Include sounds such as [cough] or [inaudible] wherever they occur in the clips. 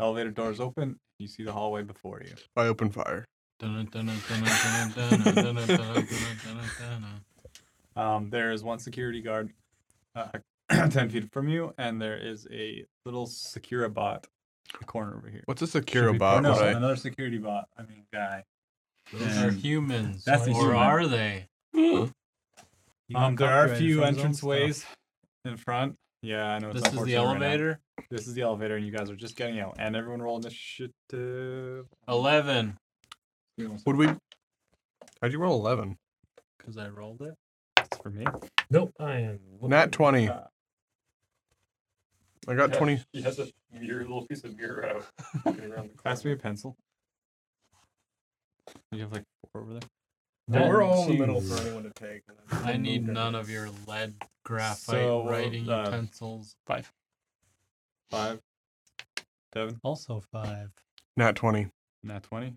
Elevator doors open. You see the hallway before you. I open fire. Um, there is one security guard uh, [clears throat] 10 feet from you, and there is a little Secura bot in the corner over here. What's a Should secure be- bot? No, Would I- another security bot. I mean, guy. Those are And humans. that's a or human. are they? Um, there are a few entrance ways in front. Yeah, I know. it's This is the unfortunate right now. elevator. This is the elevator, and you guys are just getting out. And everyone roll initiative. Eleven. Would we? How'd you roll eleven? Because I rolled it. That's for me. Nope, I am. Nat twenty. Uh, I got twenty. He has a mirror, little piece of mirror out. looking around the Pass me corner. a pencil. You have like four over there. No, we're all in the middle Jeez. for anyone to take. and then- I need none of your lead, graphite, So, writing uh, utensils. Five. Five. Devin, Also five. Nat 20. not 20.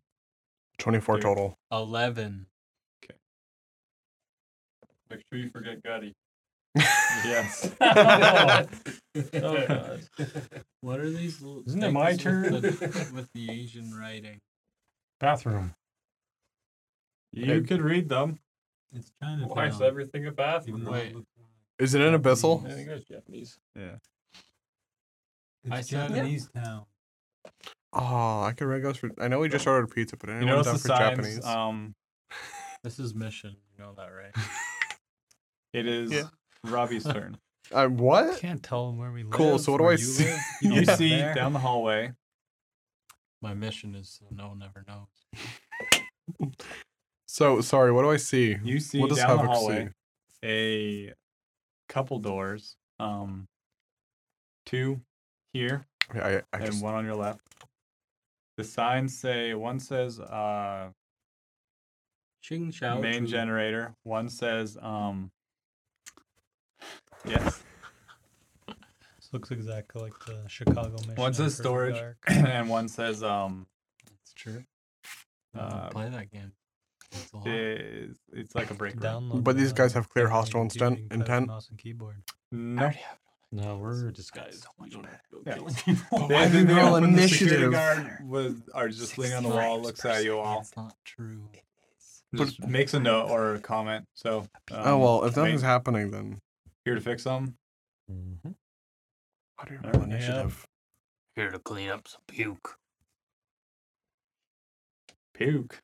24 Dude. total. Eleven. Make sure you forget Gotti. [laughs] Yes. [laughs] Oh, God. What are these? l- Isn't it my things with the- turn? with the Asian writing. Bathroom. you could read them. It's Chinatown. Why is everything a bathroom? Wait. Is it an abyssal? I think that's Japanese. Yeah. It's I said- Japanese town. Oh, I could write those for. I know we just ordered pizza, but I You didn't notice want the that for signs. Japanese. Um, This is mission. You know that, right? it is Yeah. Robbie's turn. I, what? Can't tell them where we live. Cool, so what do where I you see? [laughs] live. You Yeah. see There. down the hallway. My mission is so no one ever knows. So, sorry, what do I see? You see What does down the Havoc hallway a couple doors. Um, two here see? I, I, I and just. one on your left. The signs say one says uh Ching Chao. main Chu. generator. One says um. Yes, [clears throat] This looks exactly like the Chicago mission. What's on this Perfect storage? Dark. and one says um. That's true. I don't Uh, play that game. It's a lot. it's, it's like a break room. Download But these the uh, guys have clear thing on hostile YouTube, you instent- can type intent. Mouse and keyboard. [laughs] No, No, we're disguised. Yeah. [laughs] Why They, didn't they we roll open, the security initiative? guard was are just leaning on the wall, looks at you all, It's not true. just makes a note or a comment. So, oh, um, well, if nothing's wait, happening, then. here to fix them. How do you All roll right. initiative? Here to clean up some puke. Puke.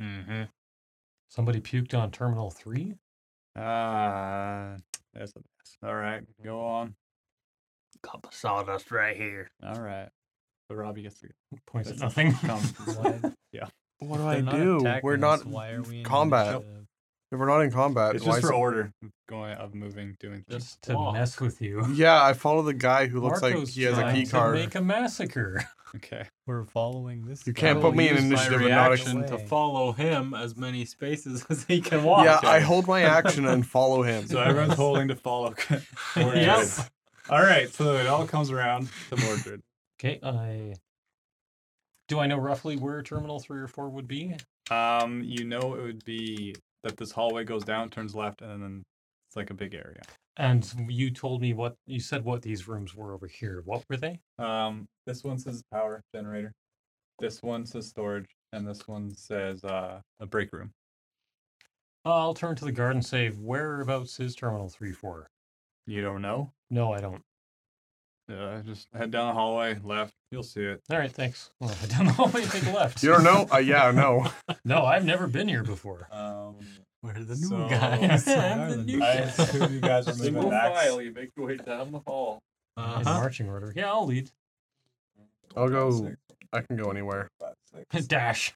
Mm-hmm. Somebody puked on Terminal 3? Ah, that's a mess. All right, go on. Cup of sawdust right here. All right, but Robbie gets to Points That's- nothing. [laughs] come. What do I do? We're not. Why are we in combat. initiative? If we're not in combat, it's why just is- for order, going of moving, doing things. Just to mess with you. [laughs] Yeah, I follow the guy who looks like Marco's he has a trying key to card. Make a massacre. Okay, We're following this. You can't put me in initiative and not. ex- reaction to Way. follow him as many spaces [laughs] as he can walk. Yeah, Okay. I hold my [laughs] action and follow [laughs] him. so [laughs] everyone's holding to follow. Mordred. Yes. All right, so it all comes around to Mordred. Okay, I. Do I know roughly where Terminal 3 or 4 would be? Um, you know it would be that this hallway goes down, turns left, and then it's like a big area. And you told me what. You said what these rooms were over here. What were they? [laughs] Um, this one says power generator. This one says storage, and this one says uh, a break room. I'll turn to the guard and say, whereabouts is Terminal 3 4? You don't know? No, I don't. Uh, just head down the hallway, left. You'll see it. All right, thanks. Well, I don't know why you take a Oh, left. You don't know? Uh, yeah, [laughs] no. No, I've never been here before. Um, We're the new [laughs] So- [laughs] [laughs] guys. We I'm are the the new new I guy. guys. assume [laughs] you guys are Single moving back. file, you make your way down the hall. In Uh-huh. marching order. Yeah, I'll lead. I'll go. I can go anywhere. Dash.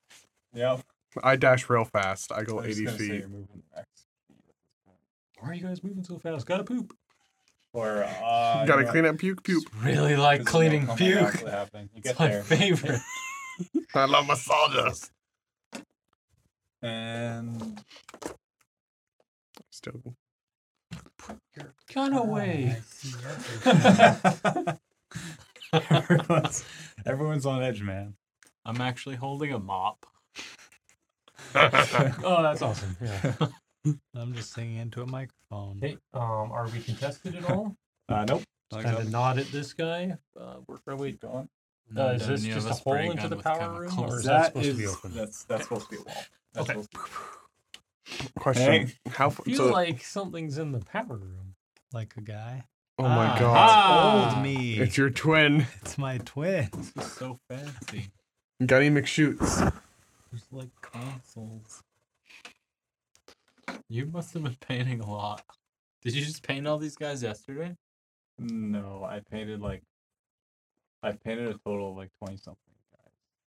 Yep. I dash real fast. I I go was just 80 gonna say feet. you're moving back. Why are you guys moving so fast? Gotta poop. Or uh, Gotta clean up puke puke. Just really like cleaning puke. Happen. You get It's my there, favorite. I love massages. [laughs] and Still. Gun away. everyone's, everyone's on edge, man. I'm actually holding a mop. [laughs] Oh, that's awesome. Yeah. [laughs] I'm just singing into a microphone. Hey, um, are we contested at all? Uh, nope. Like Kind that. of nod at this guy. Uh, work our way. Keep going. No, Uh, is this any of just a us hole bring into gun the with power kinda room, close- or is that supposed to be is- open? That's that's supposed to be a wall. That's Okay. supposed to be- [laughs] Question: Hey. How? f- I feel so, like something's in the power room. like a guy. oh my Ah. god, Ah. Old me. [laughs] it's your twin, It's my twin. This is so fancy. Gunny McShoots. There's like consoles. You must have been painting a lot. Did you just paint all these guys yesterday? No, I painted like I painted a total of like twenty something guys.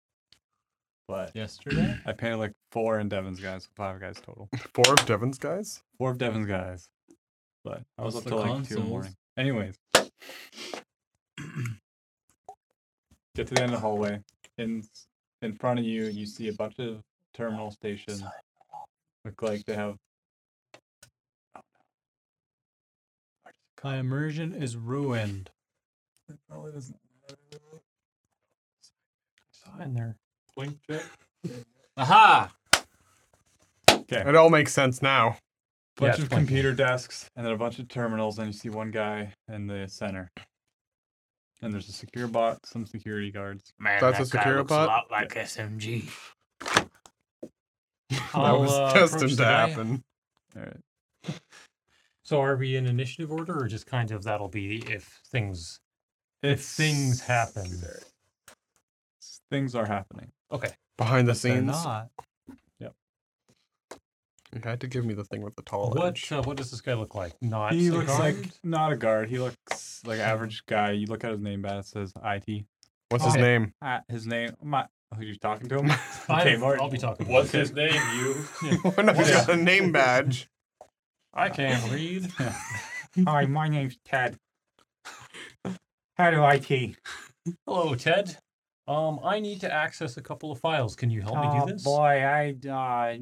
But Yesterday? I painted like four in Devon's guys, so five guys total. Four of Devon's guys. Four of Devon's guys. But I was What's up the till like two in the morning. consoles? Anyways. [clears throat] Get to the end of the hallway. In in front of you you see a bunch of terminal stations. Look like they have My immersion is ruined. it probably doesn't In there. Blink check. Aha! It all makes sense now. bunch it's of fine. computer desks and then a bunch of terminals and you see one guy in the center and there's a secure bot some security guards Man, That's a that guy Secura looks bot? A lot like SMG. that I'll, was uh, [laughs] approach destined the to guy. happen. all right So are we in initiative order, or just kind of that'll be if things if things happen? S- things are happening Okay. Behind the They're scenes, not. you had to give me the thing with the tall edge. What uh, what does this guy look like? Not he a looks guard? like not a guard he looks like average guy you look at his name badge it says it What's his Okay. name? [laughs] Ah, his name my who you talking to [laughs] him I'm- okay Martin I'll be talking. about What's it. his name? You. [laughs] We're not Yeah. got a name badge. I can't read. hi my name's ted how do it Hello, Ted. Um, I need to access a couple of files. Can you help me do this? Oh, I uh,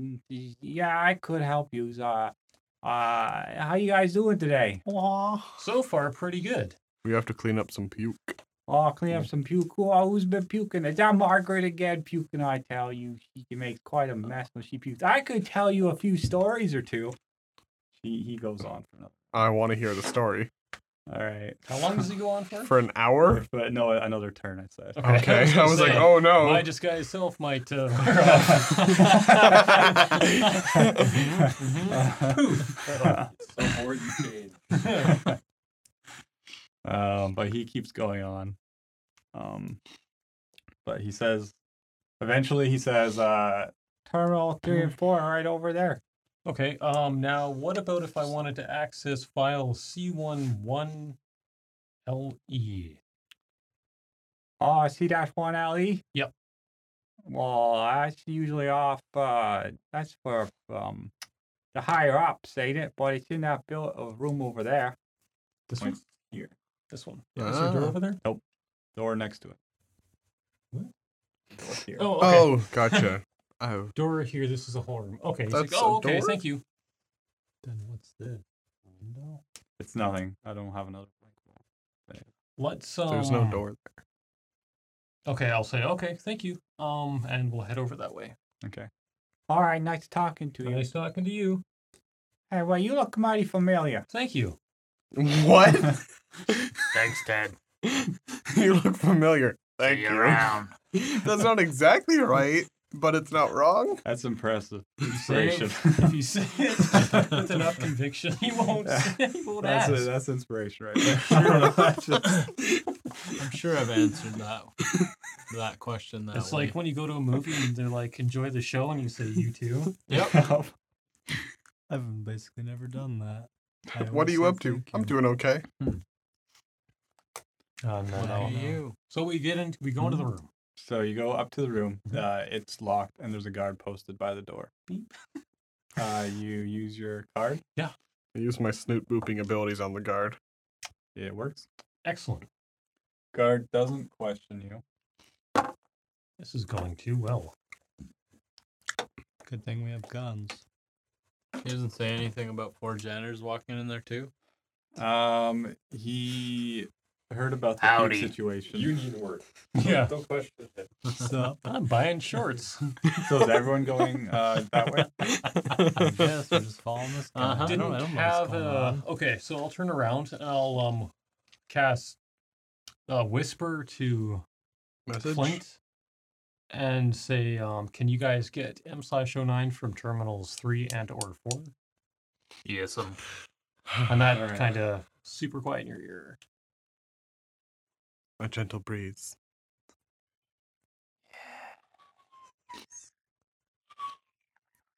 yeah, I could help you. Uh, uh, how you guys doing today? So far, pretty good. We have to clean up some puke. Oh, clean up some puke. Oh, who's been puking? It's that Margaret again puking. I tell you, she can make quite a mess when she pukes. I could tell you a few stories or two. He he goes on for another. I want to hear the story All right, How long does he go on for? for an hour. but no, another turn. I said. [laughs] [laughs] Okay, I gonna was like, say, oh no. my disguise self might. [laughs] Uh, [laughs] Some word you change. um, but he keeps going on. Um, but he says, eventually, he says, uh, terminal three and four are right over there. okay. Um. Now, what about if I wanted to access file C one one L E? Oh, C dash one LE. Yep. Well, that's usually off. Uh, that's for um the higher ups, ain't it? But it's in that build uh, room over there. This Wait, one. here. This one. Yeah, is there a door Ah. over there? Door next to it. What? Door here. Oh. Okay. Oh, gotcha. oh, Door here. This is a whole room. Okay. He's like, That's a oh, okay. door? Thank you. Then what's this? Window. It's nothing. I don't have another. Let's. Um, there's no door. Okay, I'll say okay. Thank you. Um, and we'll head over that way. Okay. All right, nice talking to you. Nice talking to you. Hey, well, you look mighty familiar. Thank you. What? Thanks, Ted. [laughs] you look familiar. Thank See you [laughs] you. around. That's not exactly right, but it's not wrong. That's impressive. Say Inspiration. it- [laughs] if you say it [laughs] with enough conviction, he won't. He won't That's it. ask. That's inspiration [laughs] right there. That's just- I'm sure I've answered that that question that It's way. like when you go to a movie and they're like, "Enjoy the show," and you say, "You too." [laughs] I've basically never done that. I always What are you say up to? thank I'm you. doing okay. [laughs] Oh, no, What no, are no. Mm-hmm. you? So we get in. We go into the room. so you go up to the room. Uh, it's locked, and there's a guard posted by the door. [laughs] Uh, you use your card. I use my snoot booping abilities on the guard. It works. Excellent. Guard doesn't question you. This is going too well. Good thing we have guns. He doesn't say anything about four janitors walking in there too. Um, he heard about the puke Howdy. situation. Union word. [laughs] Yeah. Uh-huh. Don't question it. [laughs] So I'm buying [laughs] shorts. So is everyone going uh, that way? [laughs] I guess we're just following this guy. Uh-huh. I Didn't uh, don't, I don't know what's have going a. on. Okay, so I'll turn around. and I'll um cast uh, Whisper to Message. Flint and say, um, can you guys get M slash 09 from terminals three and or four? Yes, um, And that Alright. kind of super quiet in your ear. A gentle breeze.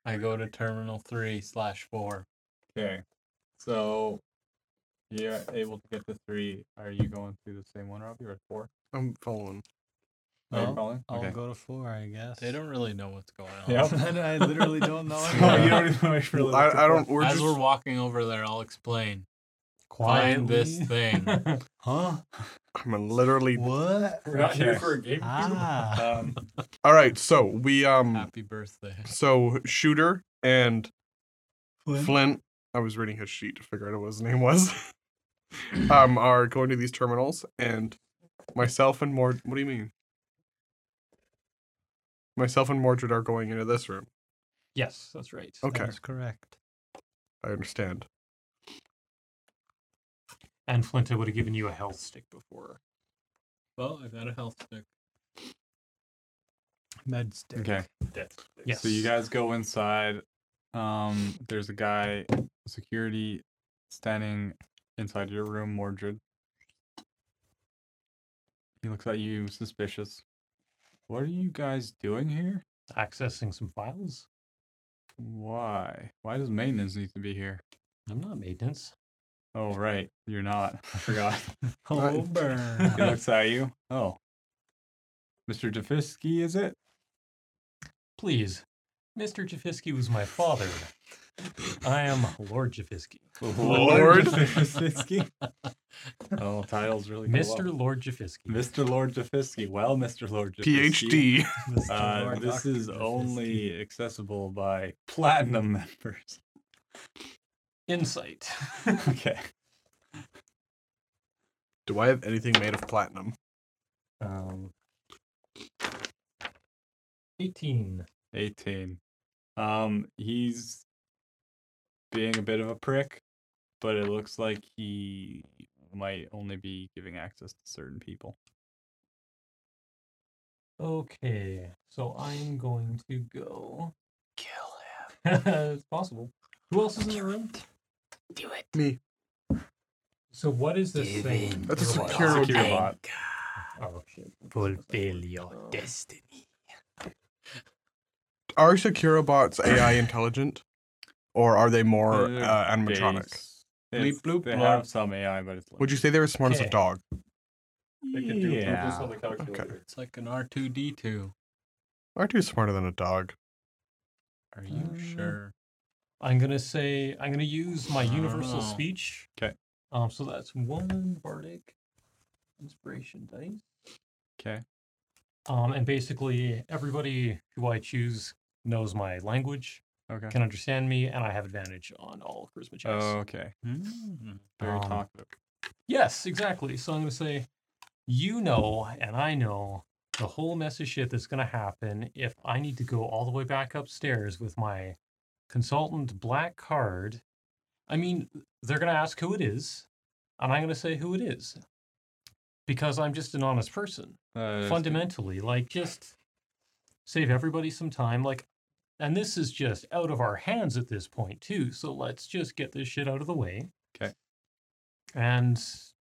I go to terminal three slash four. Okay. So you're able to get the three. Are you going through the same one, Robbie, or four? I'm following. Are you Well, following? [laughs] I'll Okay. go [laughs] to four, I guess. They [laughs] don't really know what's going on. Yep. I literally [laughs] don't know. Oh, you anything. don't even make sure. I, I don't. We're As just. we're walking over there, I'll explain. Find this [laughs] thing. Huh? I'm literally. What? We're not here Okay. for a game. Ah. [laughs] Um, All right. So we [laughs] um. Happy birthday. So shooter and Flint. Flint. I was reading his sheet to figure out what his [laughs] name was. um, are going to these terminals and myself and Mord. What do you mean? Myself and Mordred are going into this room. Yes, that's right. Okay, That's correct. I understand. And Flint, I would have given you a health stick before. Well, I've got a health stick. Med stick. Okay. Yes. So you guys go inside. Um, there's a guy, security, standing inside your room, Mordred. He looks at you suspicious. What are you guys doing here? accessing some files. Why? Why does maintenance need to be here? I'm not maintenance. Oh right, you're not. I forgot. Oh, he burn. looks at you. Oh. Mr. Jafisky, is it? Please. Mr. Jafisky was my father. I am Lord Jafisky. [laughs] Lord. Jafisky. Oh, title's really go up. Mr. Lord Jafisky. Mr. Lord Jafisky. Well, Mr. Lord Jafisky. [laughs] PhD. Mr. Uh, Lord this Dr. is Jafisky. only accessible by platinum members. [laughs] Insight. okay. Do I have anything made of platinum? Um, 18. 18. Um, he's being a bit of a prick, but it looks like he might only be giving access to certain people. Okay, so I'm going to go. Kill him. [laughs] it's possible. Who else is in the room? do it. Me. So, what is this Give thing? in That's a to what secure you secure think. bot. Oh, shit. Fulfill your destiny. Are Securobot's AI intelligent, or are they more They're uh, animatronic? base. Bleep, It's- bloop, they blop. have some AI, but it's Would you say they're as smart as a Okay. dog? They can do yeah. this on the calculator. It's like an R2D2. Aren't you smarter than a dog? Are you Ah. Uh, sure? I'm gonna say I'm gonna use my universal Oh. speech. 'Kay. Um, so that's one bardic inspiration dice. Okay. Um, and basically everybody who I choose knows my language, Okay. can understand me, and I have advantage on all charisma checks. Oh, okay. Very Um, talkative. Yes, exactly. So I'm gonna say, you know, and I know the whole mess of shit that's gonna happen if I need to go all the way back upstairs with my consultant black card. I mean, they're gonna ask who it is, and I'm gonna say who it is. Because I'm just an honest person. Uh, fundamentally. Like just save everybody some time. Like and this is just out of our hands at this point too. So let's just get this shit out of the way and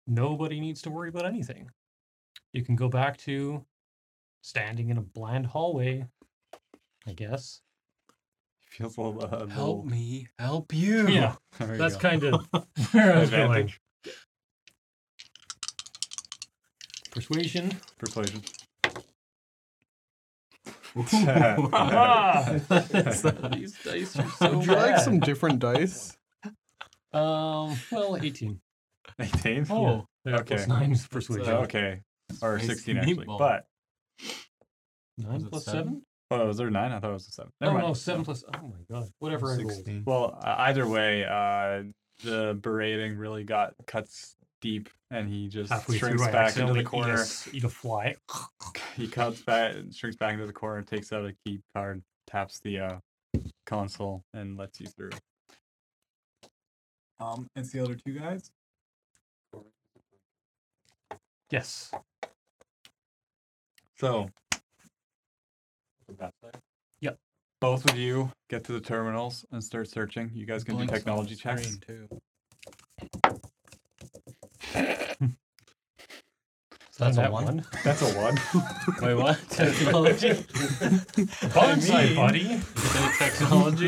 nobody needs to worry about anything. You can go back to standing in a bland hallway, I guess. [laughs] feels a little. Uh, Help [laughs] me help you. [laughs] Yeah, that's kind of where I was going. Advantage. Persuasion. persuasion. [laughs] Ah! These dice are so [laughs] Would you like some different dice? Um, well, [laughs] 18. 18? Oh, yeah, plus Okay. 9 is persuasion. So, okay. Or Nice 16, actually. meatball. But, 9 Was it plus seven? 7? oh, was there 9? I thought it was a 7. Oh, Never mind. no, 7 plus. Oh my god. Whatever I rolled. 16. Well, uh, either way, uh, the berating really got cuts deep, and he just Halfway through, shrinks I back into accidentally the eat a corner. s- Eat a, fly. [laughs] [laughs] He cuts back, shrinks back into the corner, takes out a key card, taps the uh, console, and lets you through. Um, it's the other two guys. Yes. So. Yep. Both of you get to the terminals and start searching. You guys can do Blinks on the technology checks. screen, Too. So that's That a one. one? That's a one. [laughs] Wait, what? Technology. I Bonsai, mean- buddy. Any technology?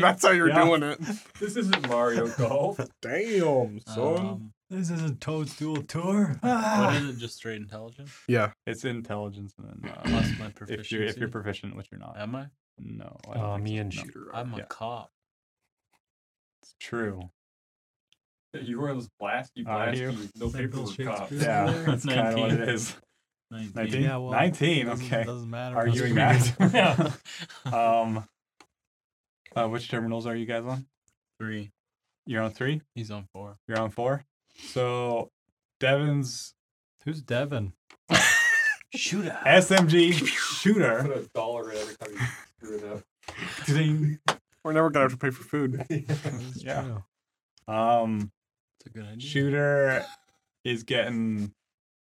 [laughs] That's how you're Yeah. doing it. [laughs] this isn't Mario Golf. Damn, son. Um, This is a Toadstool tour. Ah. what is it? Just straight intelligence? yeah. It's intelligence [clears throat] and then uh, Plus my proficiency. if you're if you're proficient, which you're not. Am I? No. I don't Uh, think me so, and no. shooter. I'm a Yeah. cop. It's true. You were on this blast. You Are blast. you? You, no paper Shakespeare. cop. Yeah, [laughs] that's kind of what it [laughs] 19. is. 19. 19? Yeah, well, 19, doesn't- okay. Doesn't matter. Arguing [laughs] That's pretty [laughs] good. that. um, uh, which terminals are you guys on? Three. You're on three? He's on four. You're on four? So, Devin's Who's Devin? [laughs] SMG shooter. Put a dollar in every time you screw it up. [laughs] We're never gonna have to pay for food. That's Yeah. true. Um, That's a good idea. shooter is getting.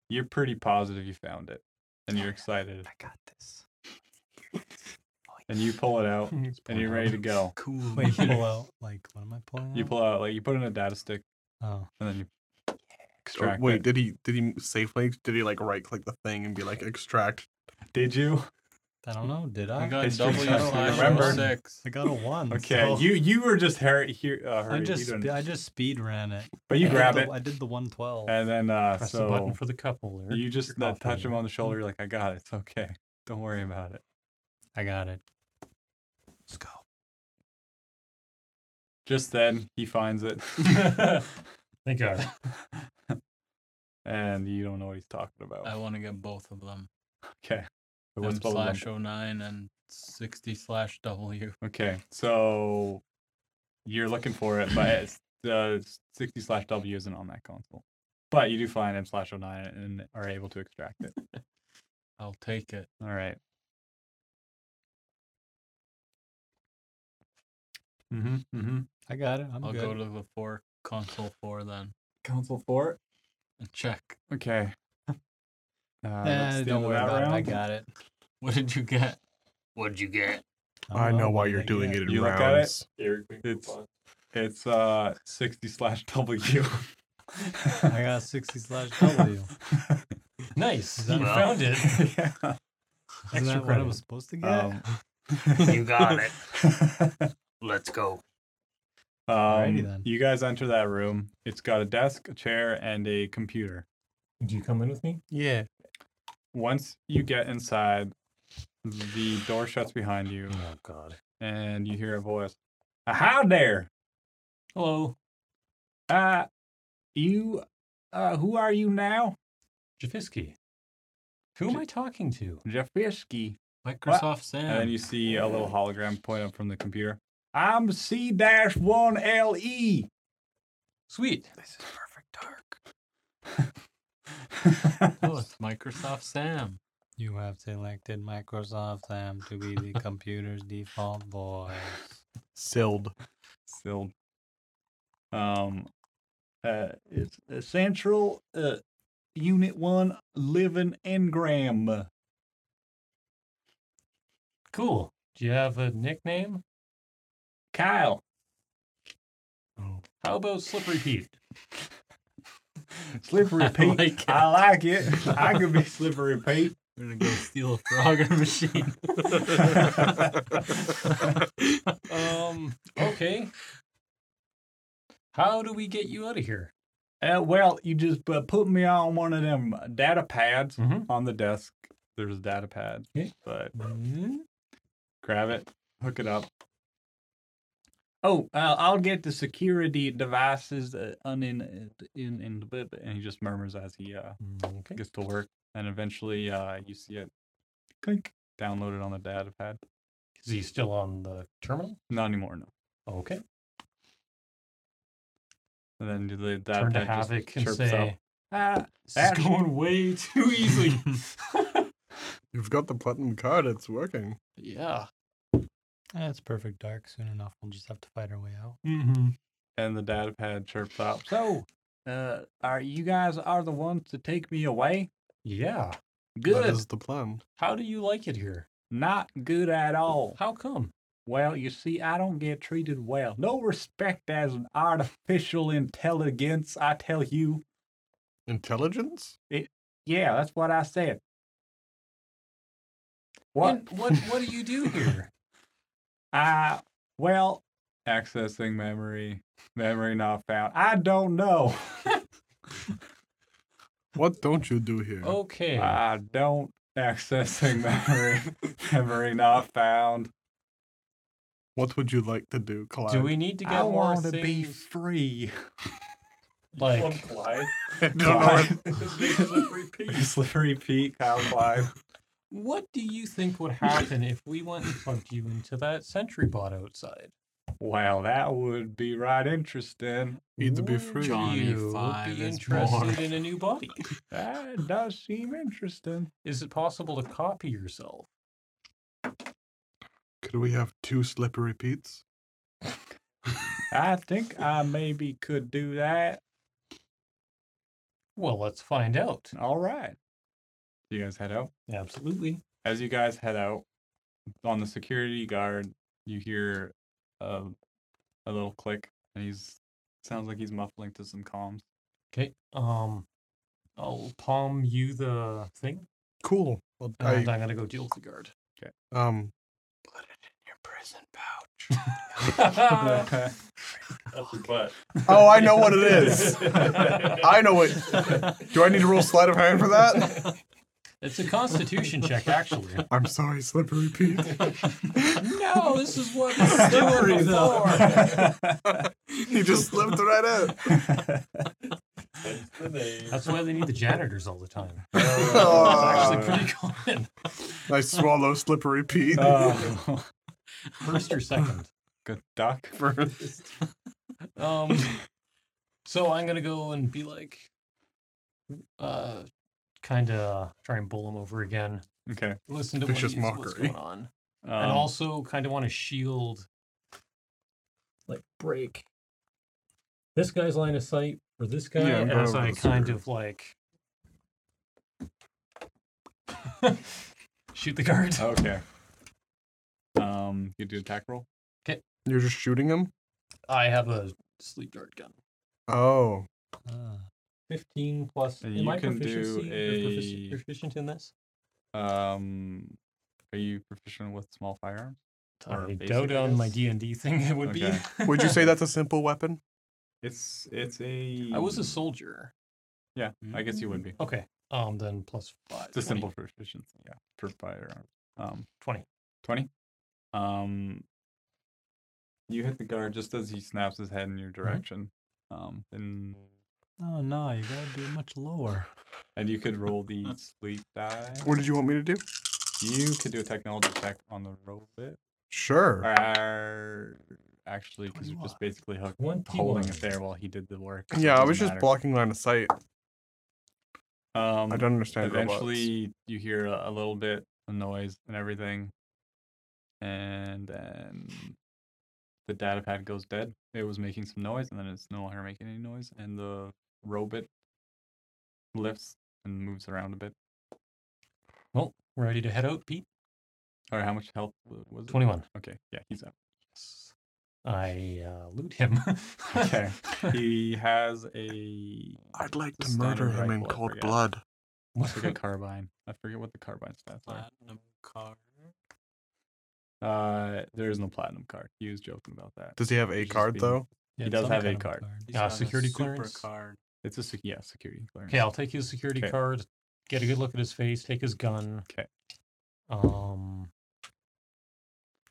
You're pretty positive you found it, and you're excited, I got this. and you pull it out, It's and you're ready to go. Cool. Wait, [laughs] pull out. Like, what am I pulling out? You pull out like you put in a data stick, Oh. and then you Oh, extract. wait, it. did he did he safely did he like right click the thing and be like extract? did you? I don't know. Did I I? got History W test, I slash remember. 06. I got a one. Okay, so you you were just hurry here, uh, I hurried. you just didn't- I just speed ran it. but you I did grab the- it, I did the one twelve. and then uh, Press so the button for the couple there. you just Your uh, touch coffee. him on the shoulder. You're like, I got it. It's okay. Don't worry about it. I got it. Let's go. Just then, he finds it, [laughs] Thank God. and you don't know what he's talking about. I want to get both of them. Okay. So M what's both of them? slash 09 and 60 slash W. Okay, so you're looking for it, but it's the 60 slash W isn't on that console. But you do find M slash 09 and are able to extract it. I'll take it. All right. Mm-hmm. Mm-hmm. I got it. I'm I'll good. go to the four console four then Console four. and check. Okay. [laughs] Uh, Nah, that's the Eh, don't end of worry that about it. I round. got it. What did you get? What'd you get? I know why you're doing it in You look rounds. at it? Eric, we can It's- move on. It's uh 60 slash W. [laughs] I got sixty slash [laughs] W. [laughs] Nice. that You well? [laughs] found it. yeah. Isn't Extra that what I credit. was supposed to get? Um, [laughs] You got it. [laughs] it. Let's go. Um, Alrighty then. You guys enter that room. It's got a desk, a chair, and a computer. Do you come in with me? Yeah. Once you get inside, the door shuts behind you, Oh God. and you hear a voice. "Ah, How there? Hello. Uh, you, uh, who are you now? Jafisky. Who am I talking to? Jafisky. Microsoft And then Sam. you see a little hologram point up from the computer. I'm C 1LE. E." Sweet. oh, it's Microsoft Sam. You have selected Microsoft Sam to be the computer's default voice. Silled. Still, um, Uh, it's uh, Central uh, Unit 1 Living Engram. Cool. Do you have a nickname? Kyle. How about Slippery Pete? [laughs] Slippery Pete. [laughs] I like it. I, could be Slippery [laughs] Pete. We're gonna go steal a frog in a [laughs] machine. Um. Okay. How do we get you out of here? Uh, well, you just uh, put me on one of them data pads. Mm-hmm. on the desk, there's a data pad. Okay. But Mm-hmm. grab it, hook it up. Oh, uh, I'll get the security devices uh, un- in, in, in the bit. and he just murmurs as he uh, Okay. gets to work. And eventually, uh, you see it clink downloaded on the data pad. Is he still on the terminal? Not anymore, no. Okay. And then the data Turn to pad just Havoc and chirps say, "Ah." up. Ah. Uh, "This is going way too easily." You've got the platinum card, it's working. yeah. Ah, It's perfect dark. Soon enough, we'll just have to fight our way out. mm-hmm. and the data pad chirps up. so, uh, are you guys are the ones to take me away? Yeah. That Good. is the plan. How do you like it here? Not good at all. How come? Well, you see, I don't get treated well. No respect as an artificial intelligence, I tell you. Intelligence? Yeah, that's what I said. What? And what what do you do [laughs] here? I, well, Accessing memory. Memory not found. I don't know. What don't you do here? Okay. I don't. Accessing [laughs] memory. memory not found. What would you like to do, Clyde? [laughs] do we need to get I more want to things be free. [laughs] One like Clyde. I don't know what- This makes us look repeat. Slippery Pete, Kyle Clive. [laughs] what do you think would happen if we went and plugged you into that sentry bot outside? Well, that would be right interesting. Either be Would free. Johnny you Five be is born. interested in a new body? That does seem interesting. Is it possible to copy yourself? Could we have two slippery Pete's? I think I maybe could do that. Well, let's find out. All right. You guys head out. Absolutely. As you guys head out on the security guard, you hear a, a little click, and he's sounds like he's muffling to some comms. Okay. Um, I'll palm you the thing, Cool. Well, I, and I, am gonna go deal with [laughs] the guard. [laughs] um, That's your butt. oh, I know what it is. [laughs] [laughs] I know it. Do I need to roll sleight of hand for [laughs] that? It's a Constitution check, actually. I'm sorry, slippery Pete. no, this is what [laughs] it's doing before. he just slipped right out. That's the [laughs] name. That's why they need the janitors all the time. It's Oh, actually pretty common. I swallow slippery Pete. [laughs] Oh, First or second. good duck. Um, so I'm gonna go and be like, uh, kind of try and bull him over again. Okay. Listen to what Vicious he's, what's mockery. going on. Um, and also kind of want to shield like break this guy's line of sight for this guy Yeah, I'm going as over i this kind area. of like [laughs] shoot the guard Okay. Um, you do attack roll. You're just shooting him? i have a sleep dart gun Oh. 15 plus And am you i can do proficiency or profici- a- proficient in this Um, are you proficient with small firearms? Or i basic, doubt I on my guess. d&d thing it would Okay. [laughs] be Would you say that's a simple weapon? It's it's a. i was a soldier yeah. I guess you would be. okay um then plus five It's a 20. simple proficiency. Yeah, for firearm. Um, 20 twenty. Um, you hit the guard just as he snaps his head in your direction. Um, and Oh no, you gotta be much lower. and you could roll [laughs] the sleep die. What did you want me to do? You could do a technology check on the robot. Sure. Or actually, because you're just basically hook, 21. holding it there while he did the work. so it Yeah, I was doesn't just blocking line of sight. matter. Um, I don't understand robots. Eventually, you hear a, a little bit of noise and everything, and then the data pad goes dead. It was making some noise, and then it's no longer making any noise, and the robot lifts and moves around a bit. well Oh, ready to head out pete Or how much health w- was it? 21 Okay, yeah, he's up. I uh, loot him. [laughs] Okay. [laughs] he has a [laughs] I'd like to murder him in cold blood. What's like a [laughs] carbine? I forget what the carbine stats are. Platinum car. Uh, there is no platinum card. He was joking about that. Does he have He's a just card being- though? He does have a card. He's Uh, got a security super clearance? card. [laughs] It's a sec- yeah security clearance. Okay, I'll take his security Okay. card, get a good look at his face, take his gun. 'Kay. Um,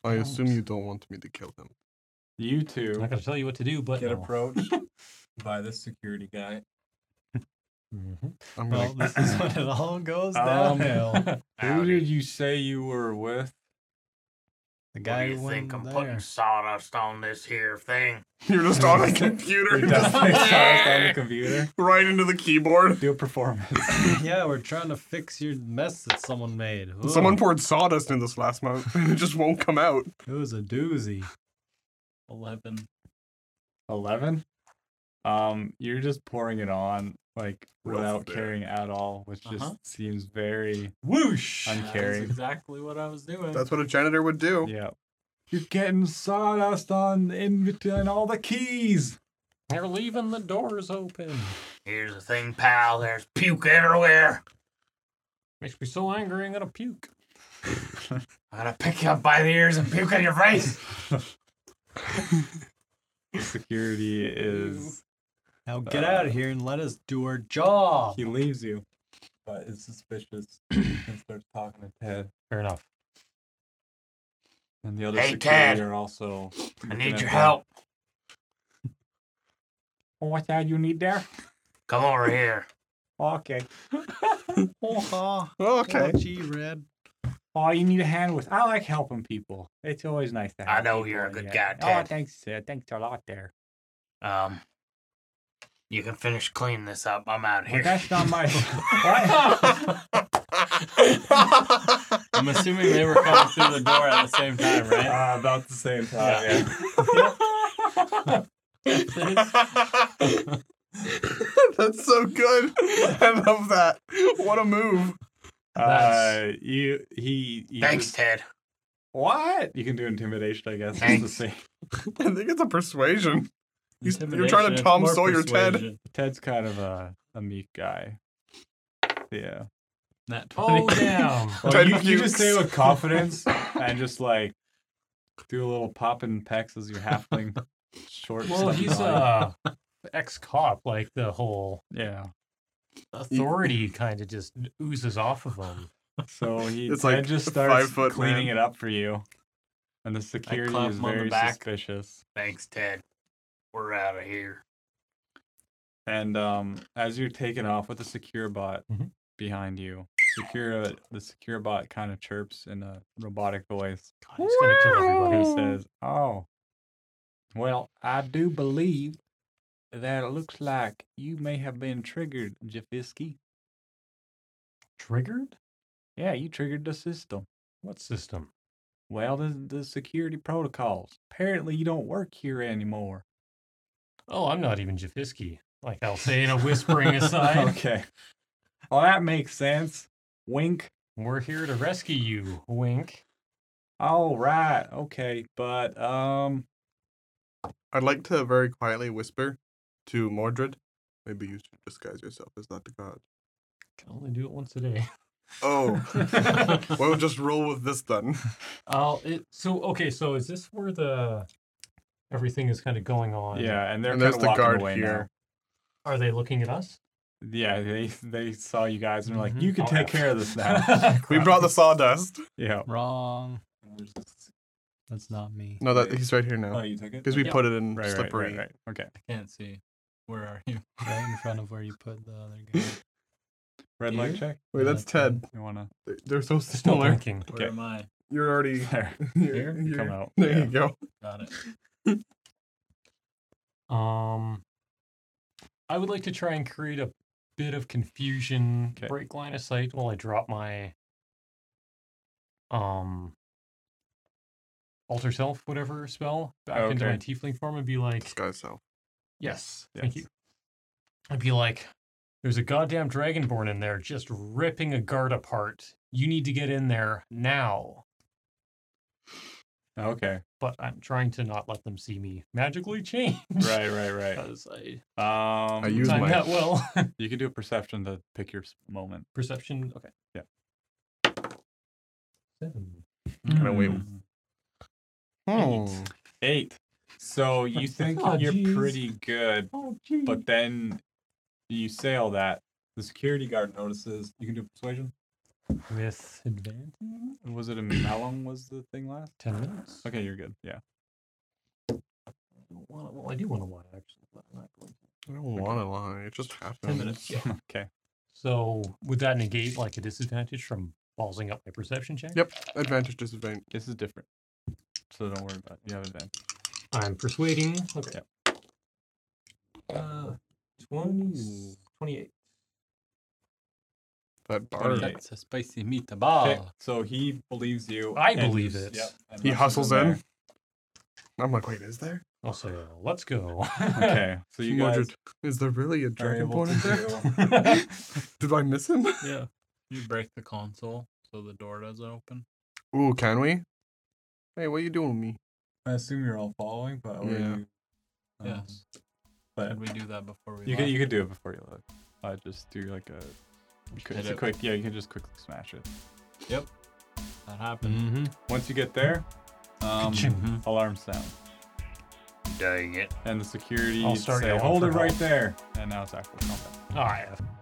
I Don't. assume you don't want me to kill him. You I'm two not gonna tell you what to do, but Get no. approached by this security guy. Mhm. I'm Well, gonna. this is when it all goes Um, downhill. [laughs] Who did you say you were with? The guy who went there. sawdust on this here thing? [laughs] You're just on [laughs] a computer, [laughs] just on the computer. right into the keyboard. Do a performance. [laughs] [laughs] yeah, we're trying to fix your mess that someone made. Ooh, Someone poured sawdust in this last month, [laughs] and it just won't come out. It was a doozy. 11. Eleven. Um, you're just pouring it on like Rough without there. caring at all, which just Uh-huh. seems very Whoosh! Uncaring. That's exactly what I was doing. That's what a janitor would do. yeah. You're getting sawdust on in between all the keys. They're leaving the doors open. Here's the thing, pal. There's puke everywhere. Makes me so angry, I'm gonna puke. I'm gonna pick you up by the ears and puke on [laughs] your face. Security is Uh, Now get out of here and let us do our job. he leaves you. But it's suspicious and starts talking to Ted. Fair enough. And the other Hey, security Ted. are also I looking need at them. your help. "Oh, What ad you need there? Come over here. Okay. Oh, Oh, okay. gee, Red. Oh, you need a hand with. I like helping people. It's always nice to. I help know you're a people, good yeah. guy, Oh, Ted. thanks. Uh, thanks a lot [laughs] there. Um, you can finish cleaning this up. I'm out Well, here. that's not [laughs] my. [laughs] what? I'm assuming they were coming through the door at the same time, [laughs] right? Uh, Ah, about the same time. Yeah. [laughs] Yeah. [laughs] That's so good. I love that. What a move. Uh, you he, he Thanks, just- Ted. What? You can do intimidation, I guess. It's the Thanks. same. I think it's a persuasion. He's- you're trying to Tom Sawyer Ted. Ted's kind of a, a meek guy. Yeah. Not 20. [laughs] Oh damn! Well, Ted you, you just say pukes. [laughs] with confidence and just like do a little pop and pecks as your halfling short. well, he's something. uh [laughs] ex-cop. Like the whole yeah. authority kind of just oozes off of him. So he It's Ted like just a starts five-foot cleaning it man. up for you, and the security clap is him on the very back. suspicious. Thanks, Ted. We're out of here. And um, as you're taking off with the secure bot Mm-hmm. Mhm. behind you, secure the secure bot kind of chirps in a robotic voice. God, he's gonna kill everybody. Who says, "Oh, well, I do believe that it looks like you may have been triggered, Jafiski. Triggered? Yeah, you triggered the system. What system? Well, the, the security protocols. Apparently, you don't work here anymore. [laughs] Oh, I'm not even Jafisky. Like I'll say in a whispering aside. okay. Well, that makes sense. Wink. We're here to rescue you, Wink. All right. Okay. But, um, I'd like to very quietly whisper to Mordred. Maybe you should disguise yourself as not the god. Can only do it once a day. [laughs] [laughs] Oh. well, just roll with this then. Oh, it, so okay. So is this where the everything is kind of going on? yeah," and they're kind And there's of the walking guard away here. Are they looking at us? now. Yeah, they they saw you guys and were like, Mhm. "You can Oh, take yeah. care of this now." We brought the sawdust. [laughs] yeah. [laughs] Wrong. There's this- That's not me. No, that he's right here Oh, now. you took it? Because we Yeah. put it in Right, right, slippery. right, right. Okay. Can't see. Where are you? [laughs] Right in front of where you put the other guy. Red light check. Wait, that's Ted. You wanna They- They're so It's not similar. blinking. [laughs] Where am I? [laughs] [laughs] You're already there? you're- Here? you're- Come out. [laughs] There Yeah. you go. Got it. Um, I would like to try and create a bit of confusion, Okay. break line of sight while I drop my um alter self, whatever spell, back into my tiefling form and be like, Disguise self. Yes, thank Yes. you. I'd be like, there's a goddamn dragonborn in there just ripping a guard apart. You need to get in there now. [laughs] Okay. But I'm trying to not let them see me magically [laughs] change. Right, right, [laughs] right. Because I Um, I use time my- that well. You can do a perception to pick your s- moment. Perception. Okay. Yeah. Seven. Kinda wait. Mm. Hmm. Eight. So [laughs] you think Oh, Aw, you're jeez. pretty good, oh, gee. but then you say all that. The security guard notices. You can do persuasion. With advantage. Was [clears throat] it a how long was the thing last? Ten minutes. Okay, you're good. Yeah. Well, well, I do want to lie actually, but I'm not going to. I don't want to lie. It just happened. [laughs] okay. So would that negate like a disadvantage from ballsing up my perception check? Yep. Advantage, disadvantage. This is different. So don't worry about it. You have advantage. I'm persuading. Okay. Uh, 20, 28. That bar. Alright. That's a spicy Okay. meatball. So he believes you. Oh. I and believe just- it. yep, and He rushes hustles there. in. I'm like, wait, is there? I'll say, let's go. [laughs] Okay, so you guys, Mordred, is there really a Are dragon able born in there? to do- [laughs] Did I miss him? Yeah. You break the console so the door doesn't open. Ooh, can we? Hey, what are you doing with me? I assume you're all following, but were Yeah. you? um, Yes. But Did we do that before we you can left? you can do it before you left. I just do like a, quick- did it's a it. quick. Yeah, you can just quickly smash it. That happened. mm-hmm. Once you get there, um, Ka-ching. alarm sound Dang it. and the security I'll start say yelling hold for it right help." there, and now it's actual combat. All right.